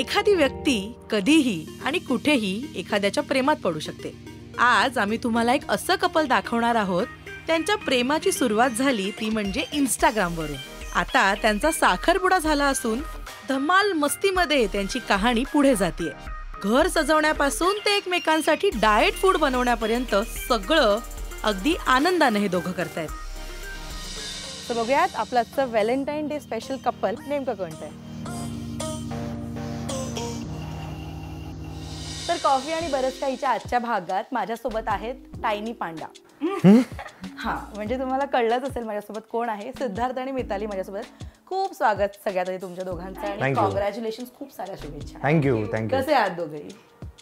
एखादी व्यक्ती कधीही आणि कुठेही एखाद्याच्या प्रेमात पडू शकते आज आम्ही तुम्हाला एक असं कपल दाखवणार आहोत त्यांच्या प्रेमाची सुरुवात झाली ती म्हणजे इंस्टाग्रामवरून आता त्यांचा साखरपुडा झाला असून धमाल मस्तीमध्ये त्यांची कहाणी पुढे जाते घर सजवण्यापासून ते एकमेकांसाठी डाएट फूड बनवण्यापर्यंत सगळं अगदी आनंदाने हे दोघं करतायत तर बघूयात आपलं आजचं व्हॅलेंटाईन डे स्पेशल कपल नेमकं कोणतं आहे तर कॉफी आणि बरंच काहीच्या आजच्या भागात माझ्यासोबत आहेत टायनी पांडा हा म्हणजे तुम्हाला कळलंच असेल माझ्यासोबत कोण आहे सिद्धार्थ आणि मिताली माझ्यासोबत खूप स्वागत सगळ्यात आधी तुमच्या दोघांचं आणि Thank you. कॉंग्रॅच्युलेशन खूप साऱ्या शुभेच्छा थँक्यू थँक्यू कसे आहात दोघे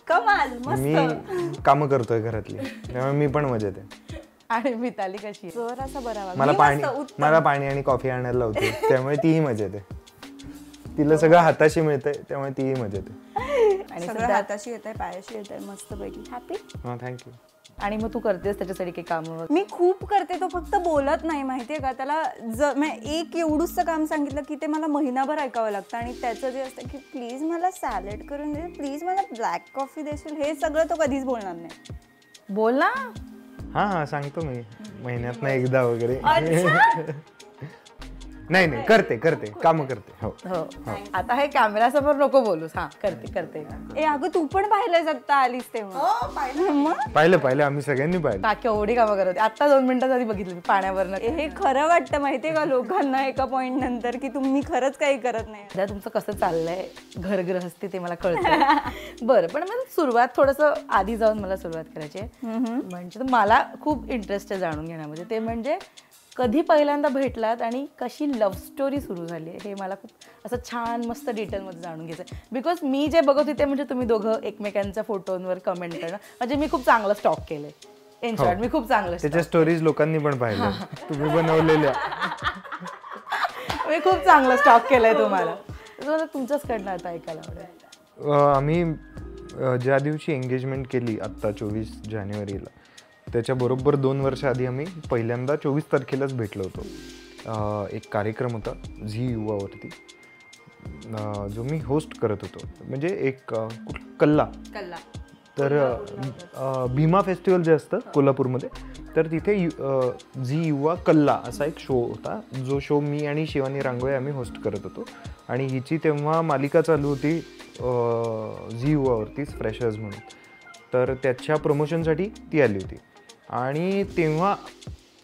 कमाल मस्त मी कामं करतोय घरातली त्यामुळे मी पण मजेत आहे आणि मिताली कशी आहे? जोर असा बरा वाग मला मी पाणी मस्त उत्तम. मला पाणी आणि कॉफी आणायला लावते त्यामुळे तीही मजेत आहे तिला सगळं हाताशी मिळतंय त्यामुळे तीही मजेत आहे आणि सगळं सिद्धार्थ हाताशी येत आहे पायाशी येत आहे मस्त पैकी हॅपी हां थँक्यू आणि मग तू करतेस त्याच्यासाठी काही काम मी खूप करते तो फक्त बोलत नाही माहितीये का त्याला ज मी एक एवढूसं काम सांगितलं की ते मला महिनाभर ऐकावं लागतं आणि त्याचं जे असतं की प्लीज मला सॅलड करून दे प्लीज मला ब्लॅक कॉफी देशील हे सगळं तो कधीच बोलणार नाही बोल ना हां हां सांगतो मी महिन्यातनं एकदा वगैरे नाही नाही करते करते कामं करते हो हो आता हे कॅमेरा समोर नको बोलूस हा करते करते ए अगं तू पण पाहिलं आता आलीस तेव्हा मग पाहिलं पाहिलं आम्ही सगळ्यांनी पाहिलं बाकी एवढी कामं करत होती. आता दोन मिनिटात आधी बघितलं मी पाण्यावरनं ए, हे खरं वाटतं माहितीये का लोकांना एका पॉइंट नंतर की तुम्ही खरंच काही करत नाही सध्या तुमचं कसं चाललंय घरगृहस्थी ते मला कळतं बरं पण मला सुरुवात थोडंसं आधी जाऊन मला सुरुवात करायची आहे. म्हणजे तर मला खूप इंटरेस्ट आहे जाणून घेण्यामध्ये ते म्हणजे कधी पहिल्यांदा भेटलात आणि कशी लव्ह स्टोरी सुरू झाली हे मला खूप असं छान मस्त डिटेलमध्ये जाणून घ्यायचं बिकॉज मी जे बघत होते म्हणजे तुम्ही दोघं एकमेकांच्या फोटोंवर कमेंट करणं म्हणजे मी खूप चांगलं स्टॉक केलं इन शॉर्ट मी खूप चांगलं त्याच्या स्टोरीज लोकांनी पण पाहिल्या तुम्ही बनवलेल्या मी खूप चांगलं स्टॉक केलंय तुम्हाला तुम्हाला तुमच्याच कडनं आता ऐकायला आवडेल अ, आम्ही अ, ज्या दिवशी एंगेजमेंट केली आत्ता चोवीस जानेवारीला त्याच्याबरोबर दोन वर्ष आधी आम्ही पहिल्यांदा चोवीस तारखेलाच भेटलो होतो अ, एक कार्यक्रम होता झी युवावरती अ, जो मी होस्ट करत होतो म्हणजे एक अ, कुठ- कल्ला तर अ, भीमा फेस्टिवल जे असतं कोल्हापूरमध्ये तर तिथे यु- अ, झी युवा कल्ला असा एक शो होता जो शो मी आणि शिवानी रांगोळे आम्ही होस्ट करत होतो आणि हिची तेव्हा मालिका चालू होती अ, झी युवावरतीच फ्रेशर्स म्हणून तर त्याच्या प्रमोशनसाठी ती आली होती आणि तेव्हा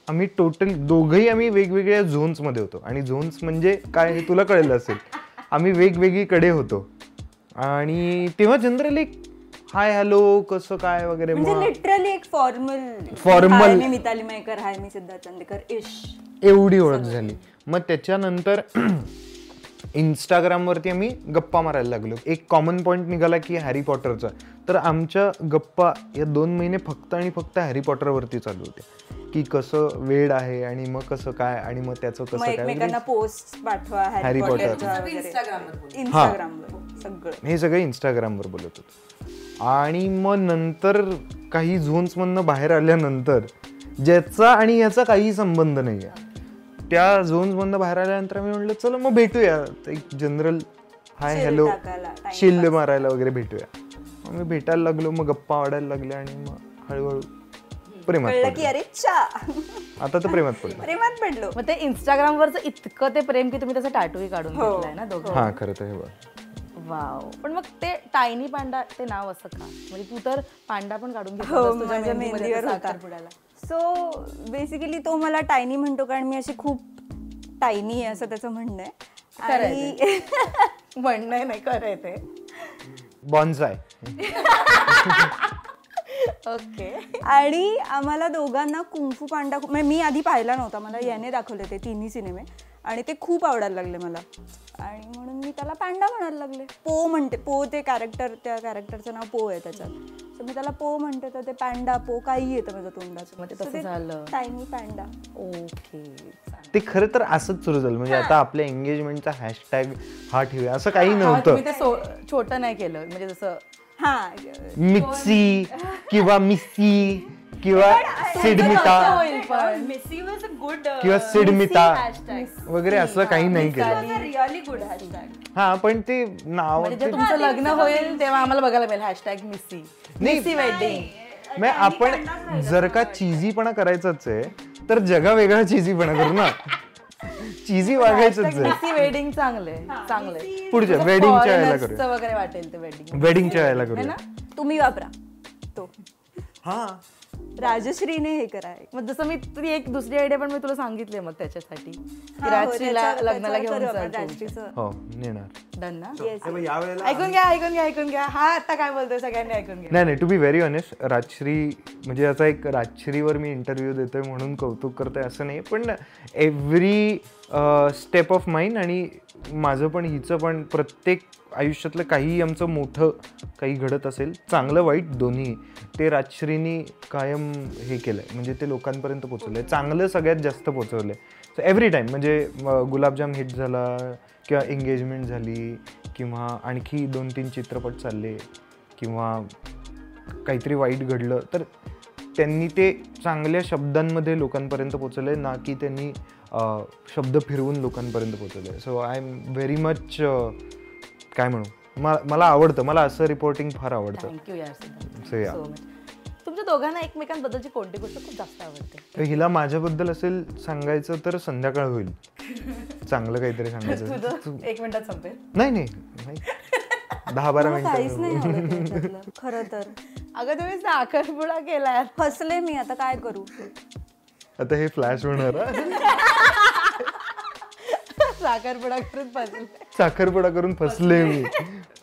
आम्ही टोटल दोघंही आम्ही वेगवेगळ्या झोन्समध्ये होतो आणि झोन्स म्हणजे काय हे तुला कळलं असेल आम्ही वेगवेगळीकडे होतो आणि तेव्हा जनरली हाय हॅलो कसं काय वगैरे म्हणजे मग लिटरली एक फॉर्मल Formal. मी मिताली मयकर हाय मी सिद्धार्थ चांदेकर इश एवढी ओळख झाली मग त्याच्यानंतर इंस्टाग्रामवरती आम्ही गप्पा मारायला लागलो एक कॉमन पॉईंट निघाला की हॅरी पॉटरचा तर आमच्या गप्पा या दोन महिने फक्त आणि फक्त हॅरी पॉटरवरती चालू होत्या की कसं वेळ आहे आणि मग कसं काय आणि मग त्याचं कसं मग काय एकमेकांना पोस्ट पाठवा हॅरी हॅरी पॉटर. पॉटरच्या वगैरे. इंस्टाग्रामवर सगळं हे सगळे इंस्टाग्रामवर बोलत होतो आणि मग नंतर काही झोन्समधनं बाहेर आल्यानंतर ज्याचा आणि याचा काही संबंध नाही आहे त्या झोन्समधनं बाहेर आल्यानंतर मी म्हटलं चला मग भेटूया एक जनरल हाय Chill हॅलो टाकायला, time शिल्ल मारायला वगैरे भेटूया मग मी भेटायला लागलो मग गप्पा वाढायला लागल्या आणि मग हळूहळू प्रेमात कळलं की पडलो. अरे चा आता तर प्रेमात पडलं प्रेमात पडलो मग ते इंस्टाग्रामवरचं इतकं ते प्रेम की तुम्ही त्याचा टॅटूही काढून घेतलाय ना हो. दोघं हां खरं तर हे बघ वाव पण मग ते टायनी पांडा ते नाव असं का म्हणजे तू तर पांडा पण काढून घेतला हो होतास तुझ्या माझ्या मेहंदीमध्ये मेहंदीवर साखरपुड्याला. होता सो बेसिकली तो मला टायनी म्हणतो कारण मी अशी खूप टायनी आहे असं त्याचं म्हणणं आहे खरं आहे आणि म्हणणं आहे, नाही खरं आहे ते बॉन्साय ओके आणि आम्हाला दोघांना कुंफू पांडा खूप- म्हणजे मी आधी पाहिला नव्हता मला याने दाखवले ते तिन्ही सिनेमे आणि ते खूप आवडायला लागले मला आणि म्हणून मी त्याला पांडा म्हणायला लागले पो म्हणते पो ते कॅरेक्टर त्या कॅरेक्टरचं नाव पो आहे त्याच्यात तर मी त्याला पो म्हणते तर ते पांडा पो काही येतं माझ्या तोंडाचं मग ते So तसं झालं. टायनी पांडा ओके ते खरं तर असंच सुरू झालं म्हणजे आता आपल्या एंगेजमेंटचा हॅशटॅग हा ठेवूया असं काही नव्हतं तुम्ही ते सो- छोटं नाही केलं म्हणजे जसं हां मिक्सी किंवा मिसी किंवा Sidmita Misi was a good किंवा सिडमिता वगैरे असं काही नाही केलं रिअली गुड हॅशटॅग हा पण ते नाव म्हणजे ते- जेव्हा तुमचं लग्न होईल तेव्हा आम्हाला बघायला मिळेल हॅशटॅग मिसी नाही. मिसी वेडिंग मग आपण जर का चिजीपणा करायचाच आहे तर जगा वेगळा चिजीपणा करू ना चिजी वागायचंच आहे मिसी वेडिंग चांगले चांगले पुढच्या वेडिंगच्या वेळेला करूया वगैरे वाटेल ते वेडिंग वेडिंगच्या वेळेला करूया तुम्ही वापरा तो हा राजश्रीने हे करा एक. मग जसं मी तुझी एक दुसरी आयडिया पण मी तुला सांगितले मग त्याच्यासाठी की हा, हो, राजश्रीला त्याच्यावर- लग्नाला त्याच्यावर करू आपण घेऊन राजश्रीचं. हो नेणार डन ना Yes. ऐकून घ्या ऐकून घ्या ऐकून घ्या हा आता काय बोलतोय सगळ्यांनी ऐकून घ्या नाही नाही to be very honest Rajshri म्हणजे याचा एक राजश्रीवर मी इंटरव्ह्यू देतोय म्हणून कौतुक करतोय असं नाही पण एव्हरी स्टेप ऑफ माईन आणि माझं पण हिचं पण प्रत्येक आयुष्यातलं काही आमचं मोठं काही घडत असेल चांगलं वाईट दोन्ही ते राजश्रीनी कायम हे केलं आहे म्हणजे ते लोकांपर्यंत पोचवलं आहे चांगलं सगळ्यात जास्त पोचवलं आहे सो एव्हरी टाईम म्हणजे म, गुलाबजाम हिट झाला किंवा एंगेजमेंट झाली किंवा आणखी दोन तीन चित्रपट चालले किंवा काहीतरी वाईट घडलं तर त्यांनी ते चांगल्या शब्दांमध्ये लोकांपर्यंत पोचवले ना की त्यांनी अं, शब्द फिरवून लोकांपर्यंत पोचवले so I am very much काय म्हणू मा- मला आवडतं मला असं रिपोर्टिंग फार आवडतं थँक्यू यार So, yeah. सो मच तुमच्या दोघांना एकमेकांबद्दलची कोणती गोष्ट खूप जास्त आवडते तर हिला माझ्याबद्दल असेल सांगायचं तर संध्याकाळ होईल चांगलं काहीतरी सांगायचं तुझं एक मिनिटात संपेल नाही नाही नाही. दहा बारा मला हो, काहीच मिनिटं नाही आवडत याच्यातलं. खरं तर अगं तुम्ही साखरपुडा केलाय फसले मी आता काय करू आता हे फ्लॅश होणार हा? साखरपुडा करून पाहिजे साखरपुडा करून फसले मी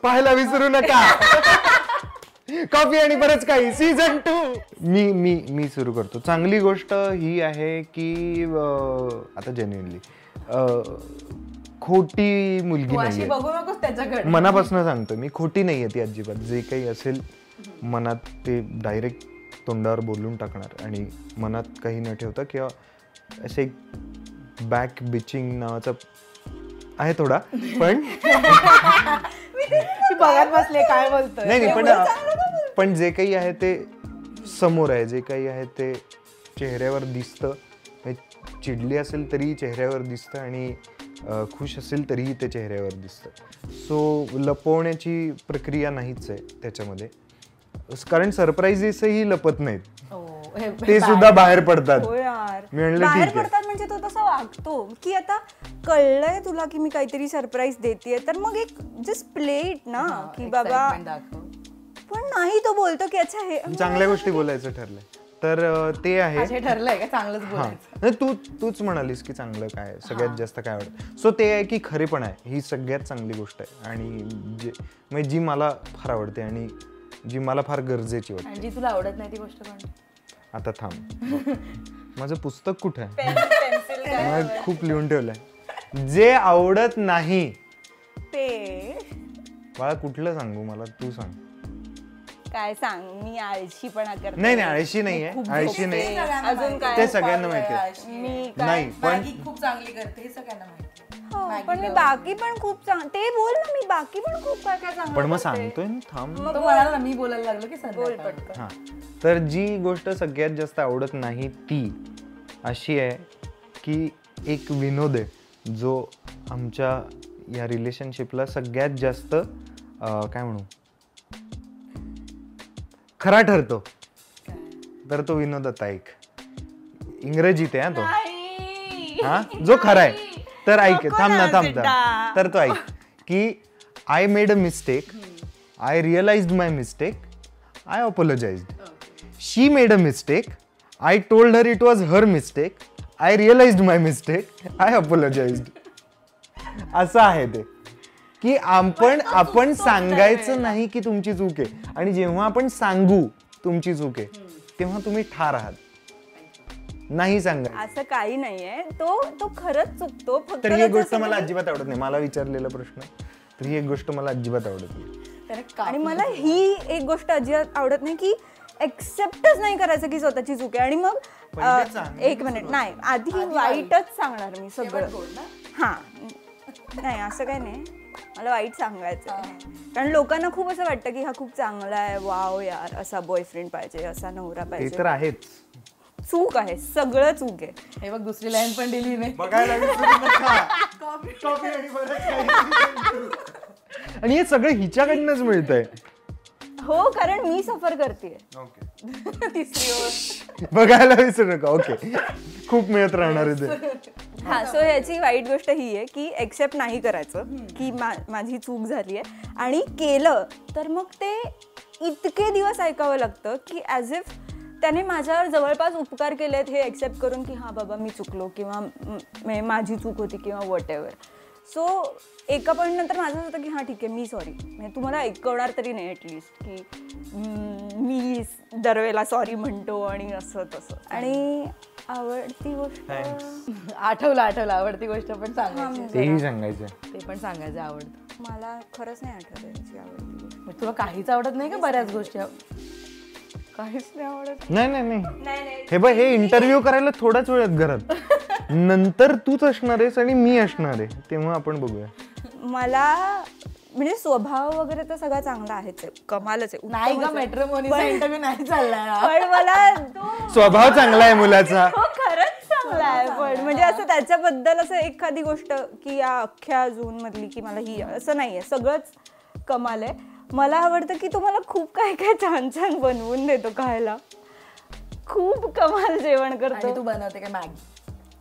पाहायला विसरू नका कॉफी आणि बरंच काही सीझन टू मी मी मी सुरू करतो चांगली गोष्ट ही आहे की अं, आता जेन्युअनली खोटी मुलगी वाशी नाही बघू नकोस त्याच्याकडे मनापासून सांगतो मी खोटी नाही आहे ती अजिबात जे काही असेल मनात ते डायरेक्ट तोंडावर बोलून टाकणार आणि मनात काही न ठेवता किंवा असे एक बॅक बिचिंग नावाचा आहे थोडा पण मी बघत बसले काय बोलतोय नाही नाही पण पण जे काही आहे ते समोर आहे जे काही आहे ते चेहऱ्यावर दिसतं म्हणजे चिडली असेल तरीही चेहऱ्यावर दिसतं आणि अं, खुश असेल तरीही ते चेहऱ्यावर दिसतं सो लपवण्याची प्रक्रिया नाहीच आहे त्याच्यामध्ये कारण सरप्राईजेसही लपत नाहीत ओ, हे- ते सुद्धा बाहेर पडतात हो यार मी म्हणलं बाहेर ठीक आहे. पडतात म्हणजे तो तसा वागतो की आता कळलंय तुला की मी काहीतरी सरप्राईज देते तर मग एक जस्ट प्लेट ना की बाबा excitement दाखव. पण नाही तो बोलतो की अच्छा हे चांगल्या गोष्टी बोलायचं ठरलंय तर अं, ते आहे हे ठरलंय का चांगलंच बोल हां नाही, तू तूच म्हणालीस की चांगलं काय आहे, सगळ्यात जास्त काय आवडतं सो ते आहे की खरे पण आहे ही सगळ्यात चांगली गोष्ट आहे आणि जे म्हणजे जी मला फार आवडते आणि जी मला फार गरजेची वाटते आणि जी तुला आवडत नाही ती गोष्ट कोणती आता थांब माझं पुस्तक कुठं आहे मला खूप लिहून ठेवलं आहे जे आवडत नाही ते बाळा कुठलं सांगू मला तू सांग काय सांग मी आळशी पण करते नाही नाही आळशी नाही आहे आळशी नाही अजून काय ते सगळ्यांना माहिती आहे मी नाही पण खूप चांगली करते हे सगळ्यांना माहिती हो, पण मी बाकी पण खूप चांग ते बोल ना मी बाकी पण खूप काय काय सांग पण मग सांगतोय ना थांब तो म्हणाला ना मी बोलायला लागलो की संध्याकाळ. हां तर जी गोष्ट सगळ्यात जास्त आवडत नाही ती अशी आहे की एक विनोद आहे जो आमच्या या रिलेशनशिपला सगळ्यात जास्त अं, काय म्हणू खरा ठरतो तर तो विनोद आता एक इंग्रजीत आहे हा तो हा जो खरा आहे तर ऐक थांब ना थांब थांब तर तो ऐक की I made a mistake I realise my mistake I apologise she made a mistake I told her it was her mistake I realise my mistake I apologise असं आहे ते की आपण आपण सांगायचं नाही की तुमची चूक आहे आणि जेव्हा आपण सांगू तुमची चूक आहे तेव्हा तुम्ही ठार आहात नाही सांगा असं काही नाहीये तो तो खरंच चुकतो फक्त तर ही एक त्याचं गोष्ट असं मला अजिबात आवडत नाही मला विचारलेला प्रश्न तर ही एक गोष्ट मला अजिबात आवडत नाही त्याने का- आणि मला ही एक गोष्ट अजिबात आवडत नाही की एक्सेप्टच नाही करायचं की स्वतःची चूक आहे आणि मग अ, एक मिनिट नाही आधी वाईटच सांगणार मी सगळं हा नाही असं काही नाही मला वाईट सांगायचं आहे. कारण लोकांना खूप असं वाटतं की हा खूप चांगला आहे वाव यार असा बॉयफ्रेंड पाहिजे असा नवरा ते पाहिजे तर आहेच चूक आहे सगळं चूक आहे हे बघ दुसरी लाईन पण दिली नाही बघायला आणि हे सगळं हिच्याकडनंच मिळत आहे हो कारण मी सफर करते तिसरी ओळ बघायला विसरू नका ओके खूप मिळत राहणार आहे ते हा सो ह्याची वाईट गोष्ट ही आहे की एक्सेप्ट नाही करायचं की मा- माझी चूक झाली आहे आणि केलं तर मग ते इतके दिवस ऐकावं लागतं की ॲज इफ त्याने माझ्यावर जवळपास उपकार केलेत हे एक्सेप्ट करून की हां बाबा मी चुकलो किंवा म- मे- माझी चूक होती किंवा वॉट एव्हर सो एका पॉईंट नंतर माझं होतं की हां ठीक आहे मी सॉरी म्हणजे तुम्हाला ऐकवणार तरी नाही ॲटलिस्ट की "हम्म, मी दरवेळेला सॉरी म्हणतो आणि असं तसं आणि आवडती गोष्ट आठवलं आठवलं आवडती गोष्ट पण सांगायची तेही सांगायचं ते पण सांगायचं आवडतं मला खरंच नाही आठवत याची आवडती गोष्ट. मग तुला काहीच आवडत नाही का बऱ्याच गोष्टी काहीच नाही आवडत नाही नाही नाही हे बघ हे इंटरव्ह्यू करायला थोडाच वेळ आहेत घरात नंतर तूच असणार आहेस आणि मी असणार आहे तेव्हा आपण बघूया मला म्हणजे स्वभाव वगैरे तर सगळा चांगला आहेच आहे कमालच आहे नाही उत्तमच का आहे. मेट्रोमोनीचा इंटरव्ह्यू नाही चालला पण मला स्वभाव चांगला आहे मुलाचा हो खरंच चांगला आहे पण म्हणजे असं त्याच्याबद्दल असं एखादी गोष्ट की या अख्ख्या झोन मधली की मला ही असं नाही आहे सगळंच कमाल आहे मला आवडतं की तो मला खूप काय काय छान छान बनवून देतो खायला खूप कमाल जेवण आणि तू करतो बनवते काय मॅगी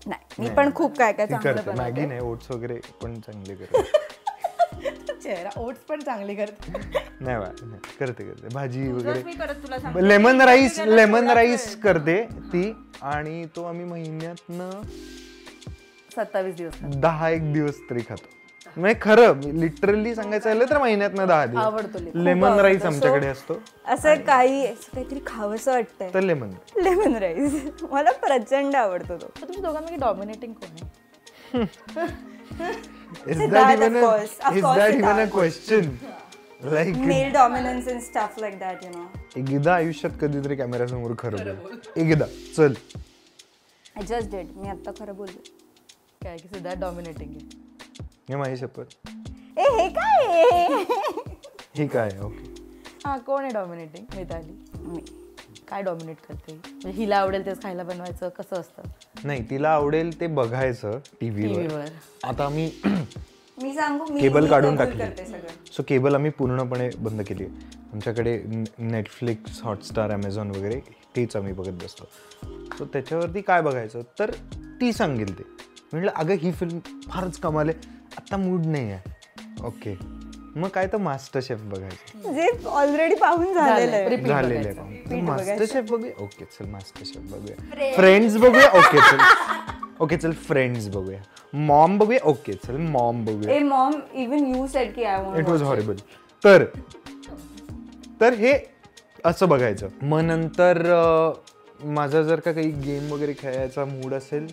नाही मी पण खूप काय काय ती चांगलं करते बनवते मॅगी नाही ओट्स वगैरे पण चांगले करते चेहरा ओट्स पण चांगली करते नाही बा नाही. करते करते भाजी मी वगैरे परत तुला लेमन राईस लेमन राईस करते ती आणि तो आम्ही महिन्यातनं सत्तावीस दिवस दहा एक दिवस तरी खातो म्हणजे खरं लिटरली सांगायचं झालं तर महिन्यातनं दहा आवडतो दिवस लेमन राईस आमच्याकडे असतो असं काही असं काहीतरी खावंसं वाटतंय तर लेमन लेमन राईस मला प्रचंड आवडतो तो तर तुम्ही दोघांपैकी डॉमिनेटिंग कोण आहे is that, that of even course. Of is course that it even a is. Question like mail dominance and stuff like that you know एकदा आयुष्यात कधीतरी कॅमेऱ्यासमोर खरं बोल एकदा चल आय जस्ट डेड मी आत्ता खरं बोललो काय की सिद्धार्थ डॉमिनेटिंग आहे हे माझी शपथ ए हे काय हे काय ओके हा कोण आहे डॉमिनेटिंग मिताली मी. काय डॉमिनेट करते म्हणजे हिला आवडेल तेच खायला बनवायचं कसं असतं नाही तिला आवडेल ते बघायचं TV टीव्हीवर वर. आता आम्ही मी सांगू मी केबल मी काढून कबूल टाकली. करते सगळं सो केबल आम्ही पूर्णपणे बंद केली आहे आमच्याकडे नेटफ्लिक्स हॉटस्टार ॲमेझॉन वगैरे तेच आम्ही बघत बसतो सो त्याच्यावरती काय बघायचं तर ती सांगेल ते म्हटलं अगं ही फिल्म फारच कमाल आहे आत्ता मूड नाही आहे ओके मग काय तर मास्टर शेफ बघायचं जे ऑलरेडी पाहून झालेलं आहे Repeat झालेले बघायचं. मास्टर शेफ बघूया ओके चल मास्टर शेफ बघूया फ्रेंड्स बघूया ओके चल ओके चल फ्रेंड्स बघूया मॉम बघूया ओके चल मॉम बघूया ए मॉम इवन यू सेड की I it want was horrible तर तर हे असं बघायचं मग नंतर अं, माझा जर का काही गेम वगैरे खेळायचा मूड असेल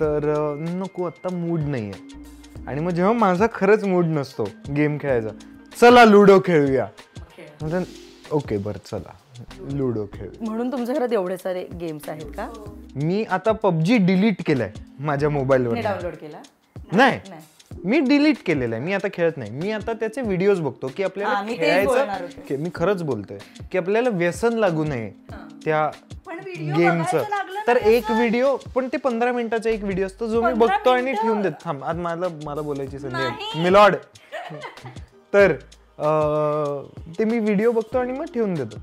तर अं, नको आत्ता मूड नाही आहे आणि मग जेव्हा माझा खरंच मूड नसतो गेम खेळायचा चला लुडो खेळूया म्हणजे ओके बरं चला लुडो खेळू म्हणून तुमच्या घरात एवढे सारे गेम्स आहेत का मी आता पबजी डिलीट केलाय माझ्या मोबाईलवर मी डाउनलोड केला नाही मी डिलीट केलेलं आहे मी आता खेळत नाही मी आता त्याचे व्हिडिओज बघतो की हा, आपल्याला मी तेच बोलणार खेळायचं की- मी खरंच बोलतोय की आपल्याला व्यसन लागू नये त्या गेमचं तर एक व्हिडिओ पण ते पंधरा मिनिटाचा एक व्हिडिओ असतो जो मी बघतो आणि ठेवून देत थांब आज मला मला बोलायची संधी आहे. मिलॉड तर अं, ते मी व्हिडिओ बघतो आणि मग ठेवून देतो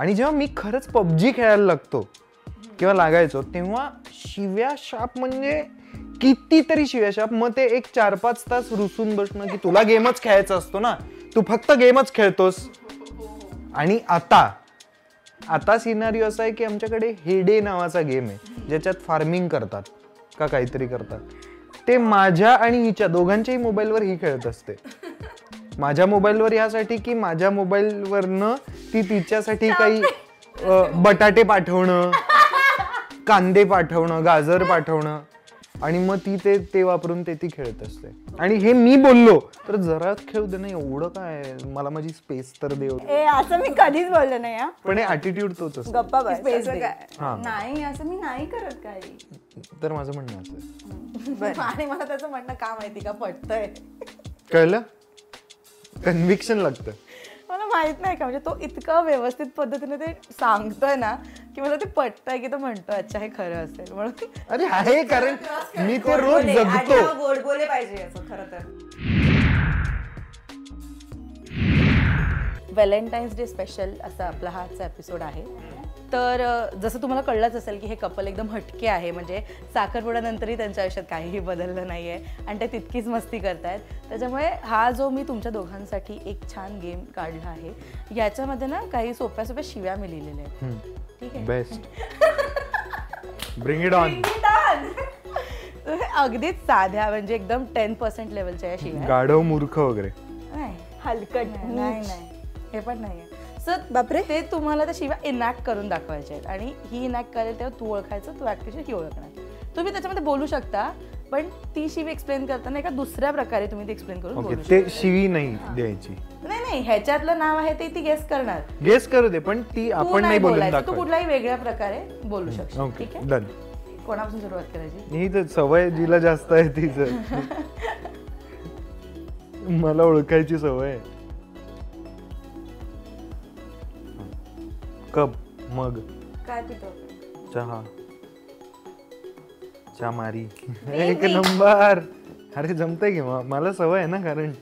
आणि जेव्हा मी खरंच पबजी खेळायला लागतो किंवा लागायचो तेव्हा शिव्या शाप म्हणजे कितीतरी शिव्या शाप मग ते एक चार पाच तास रुसून बसणं की तुला गेमच खेळायचा असतो ना तू फक्त गेमच खेळतोस आणि आता आता सिनारिओ असा आहे की आमच्याकडे हेडे नावाचा गेम आहे ज्याच्यात फार्मिंग करतात का काहीतरी करतात ते माझ्या आणि हिच्या दोघांच्याही मोबाईलवर ही खेळत असते माझ्या मोबाईलवर यासाठी की माझ्या मोबाईलवरनं ती तिच्यासाठी काही अं, बटाटे पाठवणं कांदे पाठवणं गाजर पाठवणं आणि मग ती ते ते वापरून ते ती खेळत असते आणि हे मी बोललो तर जरा खेळू दे ना एवढं काय मला माझी स्पेस तर देव ए असं मी कधीच बोललो नाही हा पण ॲटिट्यूड तोच असतो गप्पा बस असं काय- हा. नाही असं मी नाही करत काही तर माझं म्हणणं असं आहे. आणि मला त्याचं म्हणणं का माहिती का पटतंय कळलं कन्व्हिक्शन लागतं मला माहित नाही का म्हणजे तो इतका व्यवस्थित पद्धतीने ते सांगतोय ना की मला ते पटतंय की तो म्हणतोय अच्छा हे खरं असेल म्हणून अरे आहे कारण मी ते रोज जगतो गोड बोले पाहिजे याचं खरं तर व्हॅलेंटाईन्स डे स्पेशल असा आपला हा आजचा एपिसोड आहे तर अ, जसं तुम्हाला कळलंच असेल की हे कपल एकदम हटके आहे म्हणजे साखरपुड्यानंतरही त्यांच्या आयुष्यात काहीही बदललं नाही आहे आणि ते तितकीच मस्ती करतायत त्याच्यामुळे हा जो मी तुमच्या दोघांसाठी एक छान गेम काढला आहे याच्यामध्ये ना काही सोप्या सोप्या शिव्या मी लिहिलेल्या आहेत ठीक आहे बेस्ट ब्रिंग इट ऑन अगदीच साध्या म्हणजे एकदम टेन पर्सेंट लेवलच्या या शिव्या गाढव मूर्ख वगैरे नाही हलकट नाही, नाही नाही हे पण नाही सर बापरे. ते तुम्हाला त्या शिव्या इनॅक्ट करून दाखवायचे आहेत आणि ही इनॅक्ट करेल तेव्हा तू ओळखायचं तू ॲक्टिव्ह ही ओळखणार तुम्ही त्याच्यामध्ये बोलू शकता पण ती शिवी एक्सप्लेन करताना एका दुसऱ्या प्रकारे तुम्ही ती एक्सप्लेन करून ओके बोलू ते शिवी नाही द्यायची शकता नाही नाही ह्याच्यातलं नाव आहे ते ती गेस करणार तू गेस करू दे पण ती आपण नाही बोलून तू दाखव कुठलाही वेगळ्या प्रकारे बोलू शकतो ओके ठीक आहे डन कोणापासून सुरुवात करायची ही तर सवय जिला जास्त आहे तिचं मला ओळखायची सवय आहे कप मग काय पितो चहा चामारी एक नंबर अरे जमतंय की म- मला सवय आहे ना कारण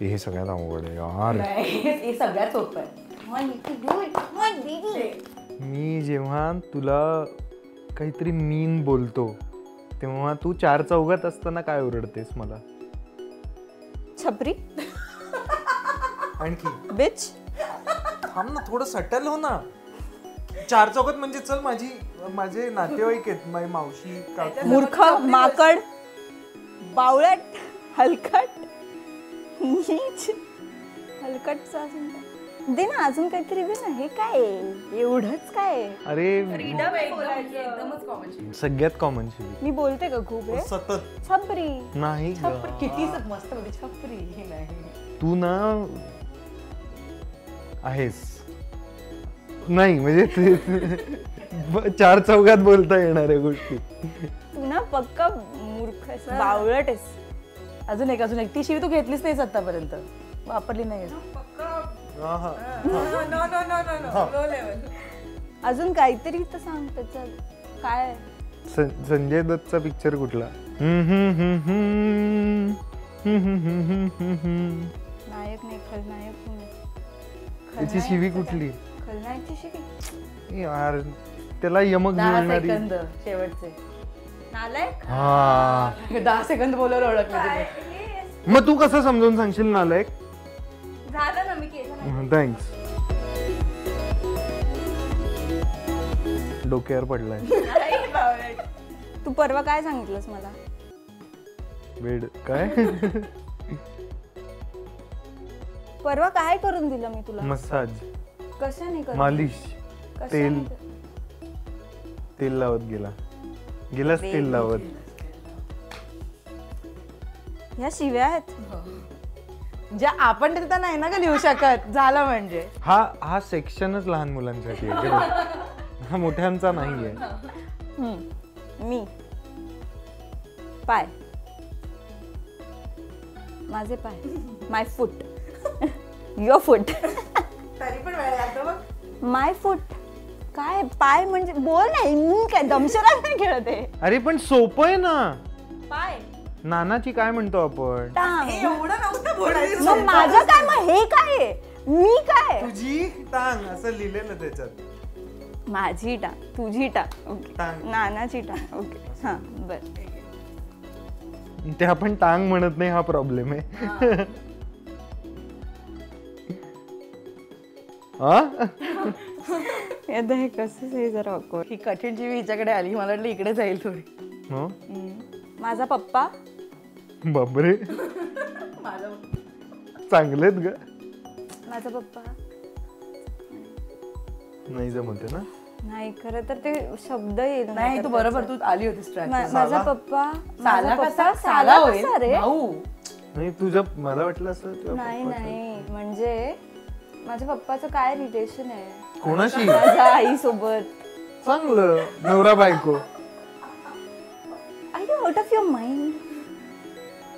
हे सगळ्यात अवघड आहे यार नाही हे सगळ्यात सोपं आहे मी जेव्हा तुला काहीतरी मीन बोलतो तेव्हा तू चार चौघात असताना काय ओरडतेस मला छपरी आणखी बिच थांब ना थोडं सटल हो ना चार चौघात म्हणजे चल माझी माझे नातेवाईक आहेत माझी मावशी काकू मूर्ख माकड बावळट हलकट नीच हलकटचं अजून काय दे ना अजून काहीतरी दे ना हे काय आहे? एवढंच काय आहे? अरे एकदमच कॉमन सगळ्यात कॉमन शिवी मी बोलते का खूप हे सतत छपरी नाही ग. किती मस्त होती छपरी हे नाही तू ना आहेस नाही म्हणजे ते- ब- चार चौघात बोलता येणाऱ्या गोष्टी तू ना पक्का मूर्ख आहेस, बावळट आहेस अजून एक अजून एक ती शिवी तू घेतलीच नाहीस आतापर्यंत वापरली नाहीस अजून काहीतरी तर सांग त्याच्यात काय आहे? सं- संजय दत्तचा पिक्चर कुठला हम्म, हम्म, हम्म, हम्म. हम्म, हम्म, हम्म, हम्म, हम्म, हम्म. नायक नाही खलनायक कोण त्याची शिवी कुठली खलनायकची शिवी यार त्याला यमक दहा मिळणारी सेकंद शेवटचे नालायक हा दहा सेकंद बोलवर ओळखलं तिने. मग तू कसं समजून सांगशील नालायक झालं ना मी केलं थँक्स डोक्यावर पडलाय तू परवा काय सांगितलंस मला वेड काय परवा काय करून दिलं मी तुला मसाज कशाने करून मालिश कशाने तेल कर- तेल लावत गेला गेलाच तेल लावत ह्या शिव्या आहेत ज्या आपण देतो त्या नाही ना का लिहू शकत झालं म्हणजे हा हा सेक्शनच लहान मुलांसाठी आहे खरं. हा मोठ्यांचा नाही आहे हम्म. मी पाय माझे पाय माय फूट युअर फूट तरी पण वेळ लागतो बघ माय फूट काय पाय म्हणजे बोल नाही मी काय दमशरात नाही खेळत आहे अरे पण सोपं आहे ना पाय नानाची काय म्हणतो आपण टांग एवढं नव्हतं मग माझं काय मग हे काय आहे? मी काय तुझी टांग असं लिहिलेलं त्याच्यात माझी टांग तुझी टांग ओके टांग. नानाची टांग ओके हां बरं ते आपण टांग म्हणत नाही हा प्रॉब्लेम आहे हा? यादा हे कसं हे जरा awkward. ही कठीण जीवी हिच्याकडे आली मला वाटलं इकडे जाईल थोडी हो? माझा पप्पा बापरे चांगलेत ग माझा पप्पा नाही जमत आहे ना नाही खरं तर ते शब्द येईल नाही तू बरोबर तू आली होतीस मा- ट्रॅक माझा पप्पा साला माझा कसा पप्पा साला होईल कसा रे भाऊ नाही तुझं मला वाटलं असं तुझ्या नाही पप्पाचं. नाही म्हणजे माझ्या पप्पाचं काय रिलेशन आहे कोणाशी माझ्या आईसोबत चांगलं नवरा बायको I out of your mind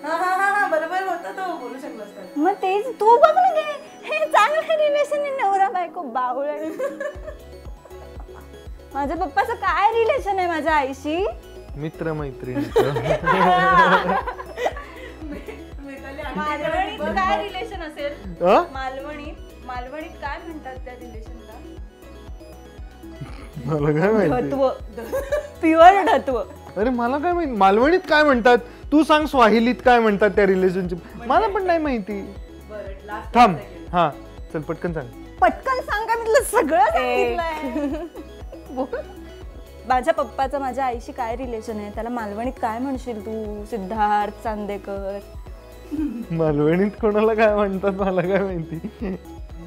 हा हा हा हा बरोबर होता तो बोलू शकलो असतो मग तेच तू बघ ना ते हे चांगलं रिलेशन आहे नवरा बायको बावळ माझ्या पप्पाचं काय रिलेशन आहे माझ्या आईशी मित्र मैत्रिणी मालवणीत काय रिलेशन असेल अ? मालवणीत मालवणीत काय म्हणतात त्या रिलेशनला मला काय माहिती धत्व प्युअर धत्व अरे मला काय माहिती मालवणीत काय म्हणतात तू सांग स्वाहिलीत काय म्हणतात त्या म्हणजे रिलेशनशिप मला पण नाही माहिती थांब हा चल पटकन सांग पटकन सांग का मी तुला सगळं सांगितलंय बोल. माझ्या पप्पाचं माझ्या आईशी काय रिलेशन आहे त्याला मालवणीत काय म्हणशील तू सिद्धार्थ चांदेकर मालवणीत कोणाला काय म्हणतात मला काय माहिती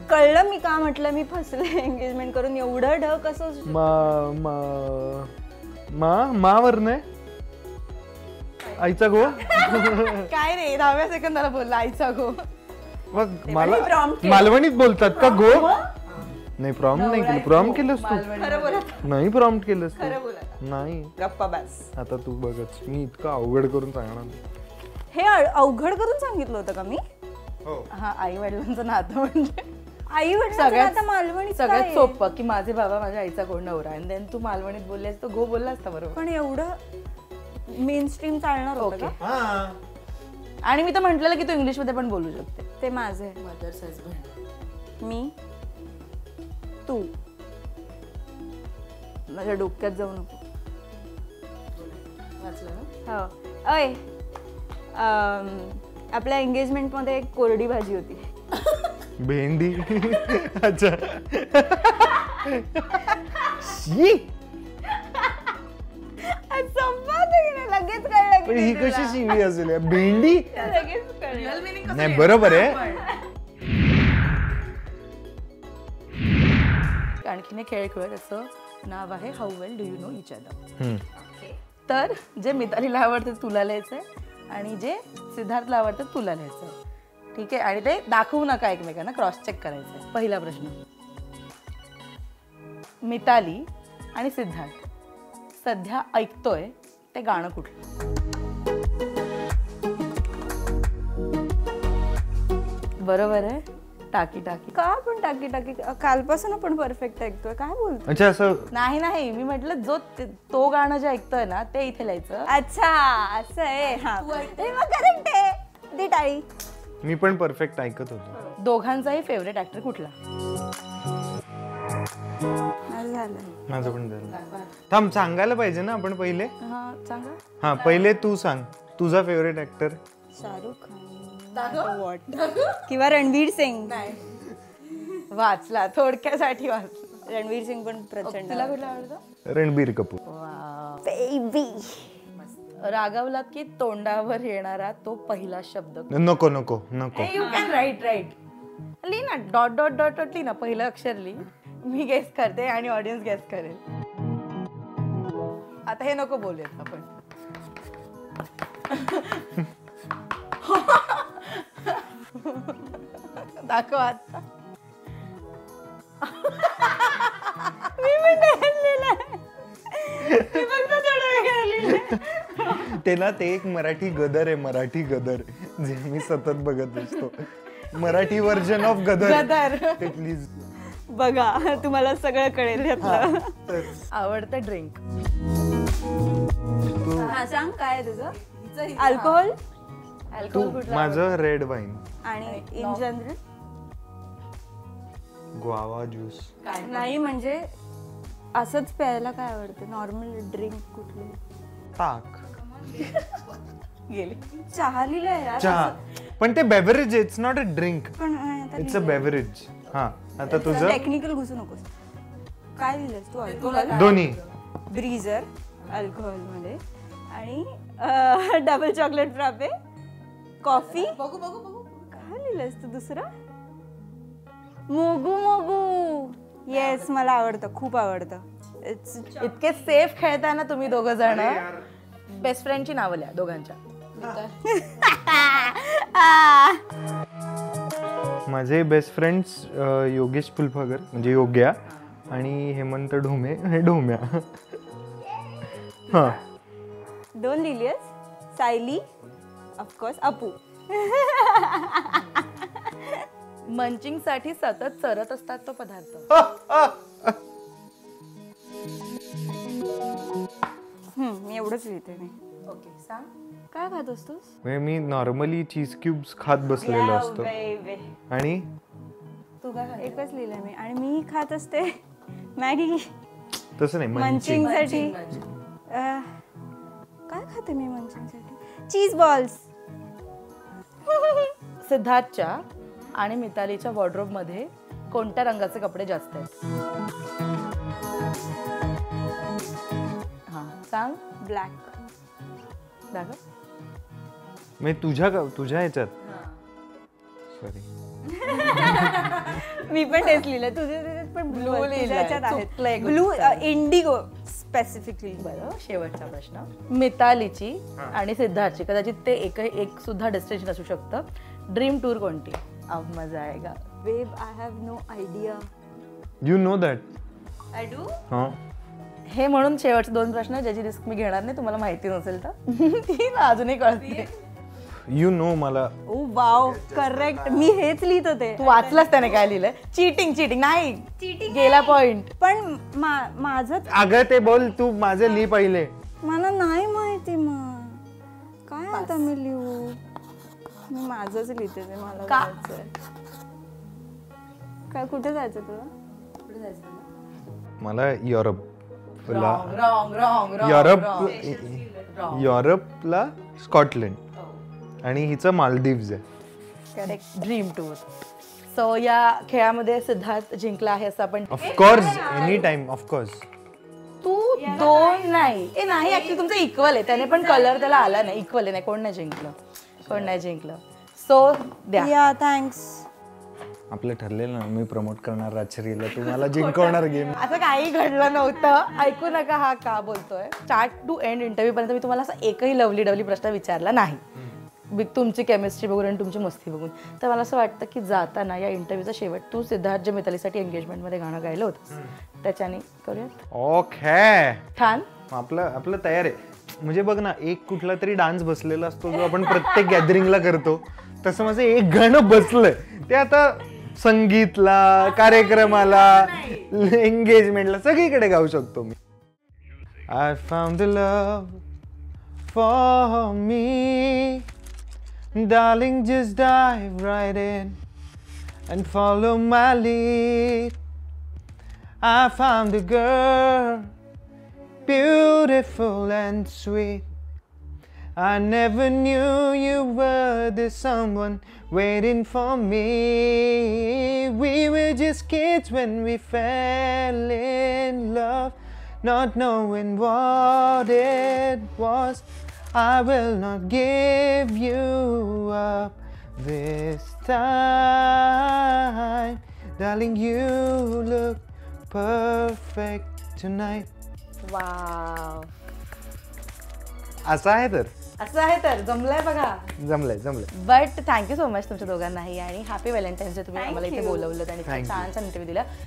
कळलं मी का म्हटलं मी फसले एंगेजमेंट करून एवढं ढ कसं मा मा मा मावरनं आहे आईचा गो काय रे दहाव्या सेकंदाला बोलला आईचा गो मग मला पण prompt केलं. मालवणीत बोलतात का गो नाही प्रॉम नाही केलं प्रॉम केलंस तू खरं बोलत नाही प्रॉम केलंस खरं तू बोला नाही गप्पा बस आता तू बघच मी इतकं अवघड करून सांगणार नाही. हे अ- अवघड करून सांगितलं होतं का मी हा आई वडिलांचं नातं म्हणजे आई वडिलांचं सगळ्यात- आता मालवणीत काय सगळ्यात आहे? सोपं की माझे बाबा माझ्या आईचा कोण नवरा आणि देन तू मालवणीत बोललेस तर गो बोलला असता बरोबर पण एवढं मेन स्ट्रीम चालणार होतं ओके का आणि मी तर म्हटलेलं की तू इंग्लिश मध्ये पण बोलू शकते ते माझं आहे. मदर्स हजबंड मी तू माझ्या डोक्यात जाऊ नको वाचलं ना हो अय अम, आपल्या एंगेजमेंटमध्ये एक कोरडी भाजी होती भेंडी अच्छा शी! संपादकीने लगेच कळलं पण की ही ते कशी शिवी असेल या? भेंडी तुला. लगेच कळलं नाही बरोबर आहे आणखीन एक खेळ खेळ त्याचं नाव आहे how well do you know each other hmm. तर जे मितालीला आवडतं तुला लिहायचं आहे आणि जे सिद्धार्थला आवडतं तुला लिहायचं आहे ठीक आहे आणि ते दाखवू नका एकमेकांना क्रॉस चेक करायचं आहे पहिला प्रश्न मिताली आणि सिद्धार्थ सध्या ऐकतोय ते गाणं कुठलं बरोबर आहे टाकी टाकी का आपण टाकी टाकी कालपासून आपण परफेक्ट ऐकतोय काय बोलतो अच्छा असं नाही नाही मी म्हटलं जो ते- तो गाणं जे ऐकतोय ना ते इथे लिहायचं अच्छा असं आहे हा ते मग करेक्ट आहे दी टाळी मी पण परफेक्ट ऐकत होतो दोघांचाही फेवरेट ऍक्टर कुठला असं झालं माझं पण झालं थांब सांगायला पाहिजे ना आपण पहिले हा सांगा हा पहिले तू सांग तुझा favourite actor Shahrukh Khan what किंवा रणवीर सिंग वाचला थोडक्यासाठी वाचला रणवीर सिंग पण प्रचंड तुला कुठला आवडतो रणबीर कपूर बेबी रागावलात की तोंडावर येणारा तो पहिला शब्द नको नको नको यू कॅन राईट राईट लिही ना डॉट डॉट डॉट डॉट लिही ना पहिलं अक्षर लिही मी गेस करते आणि ऑडियन्स गेस करेल आता हे नको बोलूयात आपण दाखव आता ते ना ते एक मराठी गदर आहे मराठी गदर जे मी सतत बघत असतो मराठी व्हर्जन ऑफ गदर ते प्लीज बघा तुम्हाला सगळं कळेल यातलं आवडतं ड्रिंक हा सांग काय आहे तुझं अल्कोहोल तू अल्कोहोल कुठला माझं रेड वाईन आणि इन जनरल ग्वावा ज्यूस नाही म्हणजे असंच प्यायला काय आवडतं नॉर्मल ड्रिंक कुठली ताक गेली चहा लिहिलंय यार चहा पण ते beverage it's not a drink पण आता इट्स अ बेवरेज हा आता तुझं टेक्निकल घुसू नकोस काय लिहिलंस तू अल्कोहोल दोन्ही ब्रीझर अल्कोहोल मध्ये आणि डबल चॉकलेट फ्रापे कॉफी बघू बघू बघू काय लिहिलंस तू दुसरं मोगू मोगू येस मला आवडतं खूप आवडतं इट्स इतके सेफ खेळताना तुम्ही दोघं जण बेस्ट फ्रेंडची नावं लिहा दोघांच्या माझे बेस्ट फ्रेंड्स योगेश फुलफागर म्हणजे योग्या आणि हेमंत ढोमे हे ढोम्या हां दोन लिहिलीस सायली ऑफकोर्स अपू मंचिंगसाठी सतत चरत असतात तो पदार्थ हम्म, मी एवढंच लिहिते मी ओके सांग काय खात असतोस म्हणजे मी नॉर्मली चीज क्यूब्स खात बसलेलो असतो आणि तू काय एकच लिहिलंय मी आणि मी खात असते मॅगी तसं नाही मंचिंग मंचिंग साठी काय खाते मी मंचिंग साठी चीज बॉल्स सिद्धार्थच्या आणि मितालीच्या वॉर्ड्रोब मध्ये कोणत्या रंगाचे कपडे जास्त आहेत हा सांग ब्लॅक दाखव म्हणजे तुझ्या गाव- तुझ्या ह्याच्यात सॉरी मी पण तेच लिहिलं तुझे तुझे पण Blue ब्लू लिहिलंय. चुकलंय गं. ब्लू इंडिगो स्पेसिफिकली बरं शेवटचा प्रश्न मितालीची आणि सिद्धार्थची कदाचित ते एक एक सुद्धा डेस्टिनेशन असू शकतं ड्रीम टूर कोणती अब मजा आहे का वेब I have no idea you know that I do हां हे म्हणून शेवटचे दोन प्रश्न ज्याची रिस्क मी घेणार नाही तुम्हाला माहिती नसेल तर ती ना अजूनही कळते यू नो मला ओ वाव करेक्ट मी हेच लिहित होते तू वाचलास त्याने काय लिहिलंय चीटिंग चीटिंग नाही गेला पॉइंट पण मा- माझं अगं ते बोल तू माझे लिही पहिले मला नाही माहिती मग काय आता मी लिहू मी माझंच लिहिते ते मला का? जायचंय. काय कुठे जायचं तुला मला युरोप ला रॉंग रॉंग युरोप युरोपला स्कॉटलंड आणि हिचं मालदीव्स आहे करेक्ट ड्रीम टूर सो या खेळामध्ये सिद्धार्थ जिंकला आहे असं आपण ऑफकोर्स एनी टाइम ऑफकोर्स तू दोन नाही ए नाही ऍक्च्युली तुमचं इक्वल आहे त्याने पण कलर त्याला आला नाही इक्वल आहे नाही कोण नाही जिंकलं कोण नाही जिंकलं सो द्या या थँक्स आपलं ठरलेलं ना मी प्रमोट करणार राजश्रीला तू मला जिंकवणार गेम असं काही घडलं नव्हतं ऐकू नका हा का बोलतोय स्टार्ट टू एंड इंटरव्ह्यू पर्यंत मी तुम्हाला असा एकही लवली डवली प्रश्न विचारला नाही बी- तुमची केमिस्ट्री बघून आणि तुमची मस्ती बघून तर मला असं वाटतं की जाताना या इंटरव्ह्यूचा शेवट तू सिद्धार्थ जे मितालीसाठी एंगेजमेंटमध्ये गाणं गायलं होतं त्याच्याने करूयात ओके छान आपलं आपलं तयार आहे म्हणजे बघ ना एक कुठला तरी डान्स बसलेला असतो जो आपण प्रत्येक गॅदरिंगला करतो तसं माझं एक गाणं बसलंय ते आता संगीतला कार्यक्रमाला एंगेजमेंटला सगळीकडे गाऊ शकतो मी I found love for me darling just dive right in and follow my lead I found a girl, beautiful and sweet. I never knew you were the someone waiting for me. We were just kids when we fell in love, not knowing what it was. I will not give you up this time. Darling, you look perfect tonight. वा असं आहे तर असं आहे तर जमलंय बघा जमलंय जमलंय बट थँक्यू सो मच तुमच्या दोघांनाही आणि हॅपी व्हॅलेंटाईन्स डे तुम्ही आम्हाला इथे you. बोलवलं आणि इतका Thank you. छान छान इंटरव्ह्यू दिला